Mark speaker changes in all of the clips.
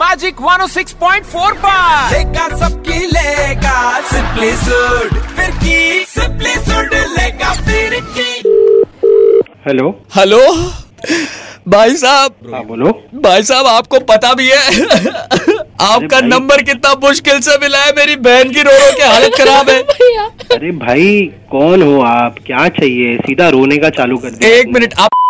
Speaker 1: Magic 106.4 पर
Speaker 2: लेगा सबकी लेगा सिंपली सुड फिर की सिंपली सुड लेगा फिर की
Speaker 3: हेलो
Speaker 4: हेलो भाई साहब
Speaker 3: हाँ बोलो
Speaker 4: भाई साहब आपको पता भी है आपका
Speaker 3: भाई।
Speaker 4: नंबर कितना मुश्किल से मिला है मेरी बहन की रो रो के हालत खराब है
Speaker 3: अरे भाई कौन हो आप क्या चाहिए सीधा रोने का चालू कर दिया
Speaker 4: एक
Speaker 3: आपने।
Speaker 4: मिनट आप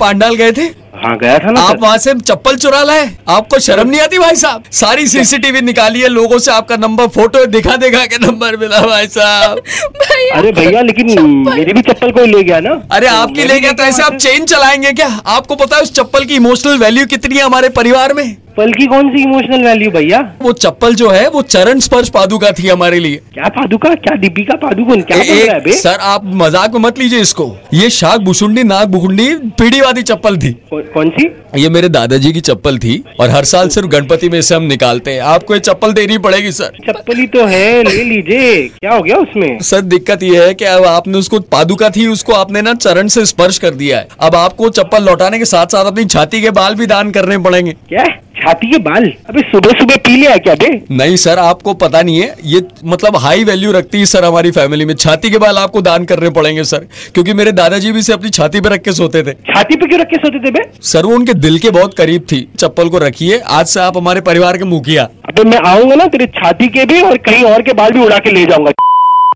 Speaker 4: पांडाल गए थे
Speaker 3: हाँ गया था ना
Speaker 4: आप
Speaker 3: सर?
Speaker 4: वहाँ से चप्पल चुरा लाए आपको शर्म नहीं आती भाई साहब सारी सीसीटीवी निकाली है लोगों से आपका नंबर फोटो दिखा दिखा के नंबर मिला भाई साहब
Speaker 5: भैया
Speaker 3: अरे भैया लेकिन मेरी भी चप्पल कोई ले गया ना
Speaker 4: अरे
Speaker 3: तो
Speaker 4: आपकी
Speaker 3: मैं
Speaker 4: ले
Speaker 3: भी
Speaker 4: गया तो ऐसे आप
Speaker 3: वहाँ से।
Speaker 4: चेन चलाएंगे क्या आपको पता है उस चप्पल की इमोशनल वैल्यू कितनी है हमारे परिवार में
Speaker 3: चप्पल की कौन सी इमोशनल वैल्यू भैया
Speaker 4: वो चप्पल जो है वो चरण स्पर्श पादुका थी हमारे लिए
Speaker 3: क्या पादुका क्या दीपिका पादुकोण क्या
Speaker 4: ए-
Speaker 3: बोल रहा है बे
Speaker 4: एक सर आप मजाक में मत लीजिए इसको ये शाक भुसुंडी नाक भुकुंडी पीढ़ी वाली चप्पल थी
Speaker 3: कौ- कौन सी
Speaker 4: ये मेरे दादाजी की चप्पल थी और हर साल सिर्फ गणपति में इसे हम निकालते हैं आपको ये चप्पल देनी पड़ेगी सर
Speaker 3: चप्पल ही तो है ले लीजिए क्या हो गया उसमें
Speaker 4: सर दिक्कत ये है कि अब आपने उसको पादुका थी उसको आपने ना चरण से स्पर्श कर दिया है अब आपको चप्पल लौटाने के साथ साथ अपनी छाती के बाल भी दान करने पड़ेंगे
Speaker 3: क्या छाती के बाल अबे सुबह सुबह पी लिया है क्या बे
Speaker 4: नहीं सर आपको पता नहीं है ये मतलब हाई वैल्यू रखती है सर हमारी फैमिली में छाती के बाल आपको दान करने पड़ेंगे सर क्योंकि मेरे दादाजी भी इसे अपनी छाती पे रख के सोते थे
Speaker 3: छाती पे क्यों रख के सोते थे बे
Speaker 4: सर वो उनके दिल के बहुत करीब थी चप्पल को रखिए आज से आप हमारे परिवार के मुखिया
Speaker 3: अबे मैं आऊंगा ना तेरे छाती के भी और कहीं और के बाल भी उड़ा के ले जाऊंगा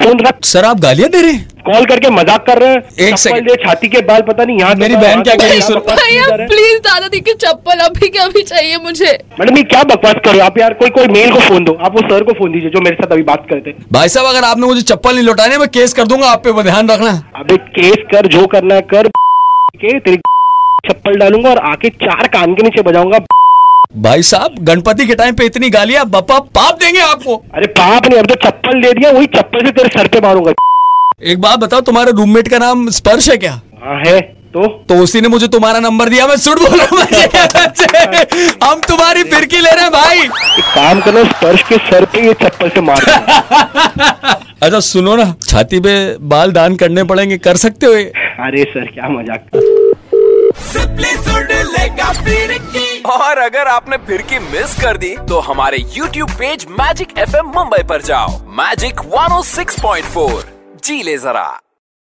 Speaker 3: फोन रख
Speaker 4: सर आप गालियां दे रहे हैं
Speaker 3: कॉल करके मजाक कर रहे हैं
Speaker 4: एक
Speaker 3: चप्पल
Speaker 4: second.
Speaker 3: दे, छाती के बाल पता नहीं यहाँ तो
Speaker 4: मेरी
Speaker 3: के
Speaker 4: बहन
Speaker 3: बाल,
Speaker 4: क्या
Speaker 3: वहाँ
Speaker 4: कह रही
Speaker 3: के
Speaker 4: है, सुनो।
Speaker 3: बाल,
Speaker 5: भैया
Speaker 3: इधर है।
Speaker 5: प्लीज दादा दी की चप्पल अभी के अभी चाहिए मुझे
Speaker 3: तो मैडम ये क्या बकवास कर रहे हो आप यार कोई कोई मेल को फोन दो आप वो सर को फोन दीजिए जो मेरे साथ अभी बात करते हैं
Speaker 4: भाई साहब अगर आपने मुझे चप्पल नहीं लौटाने मैं केस कर दूंगा आप पे ध्यान रखना
Speaker 3: अबे केस कर जो करना है कर के तेरी चप्पल डालूंगा और आके चार कान के नीचे बजाऊंगा
Speaker 4: भाई साहब गणपति के टाइम पे इतनी गालियां बापा पाप देंगे आपको
Speaker 3: अरे पाप ने अब जो चप्पल दे दिया वही चप्पल से तेरे सर पे मारूंगा
Speaker 4: एक बात बताओ तुम्हारे रूममेट का नाम स्पर्श है क्या
Speaker 3: हाँ है तो
Speaker 4: तो उसी ने मुझे तुम्हारा नंबर दिया मैं सुट बोल रहा हूँ हम तुम्हारी फिरकी ले रहे हैं भाई
Speaker 3: एक काम करना स्पर्श के सर पे ये चप्पल से मार दो।
Speaker 4: अच्छा सुनो ना छाती पे बाल दान करने पड़ेंगे कर सकते हो ये?
Speaker 3: अरे सर क्या मजाक
Speaker 2: सिंपली सुड लेगा फिर की
Speaker 1: और अगर आपने फिर की मिस कर दी तो हमारे YouTube oh page magic F Mumbai पर जाओ मैजिक 106.4 जी ले जरा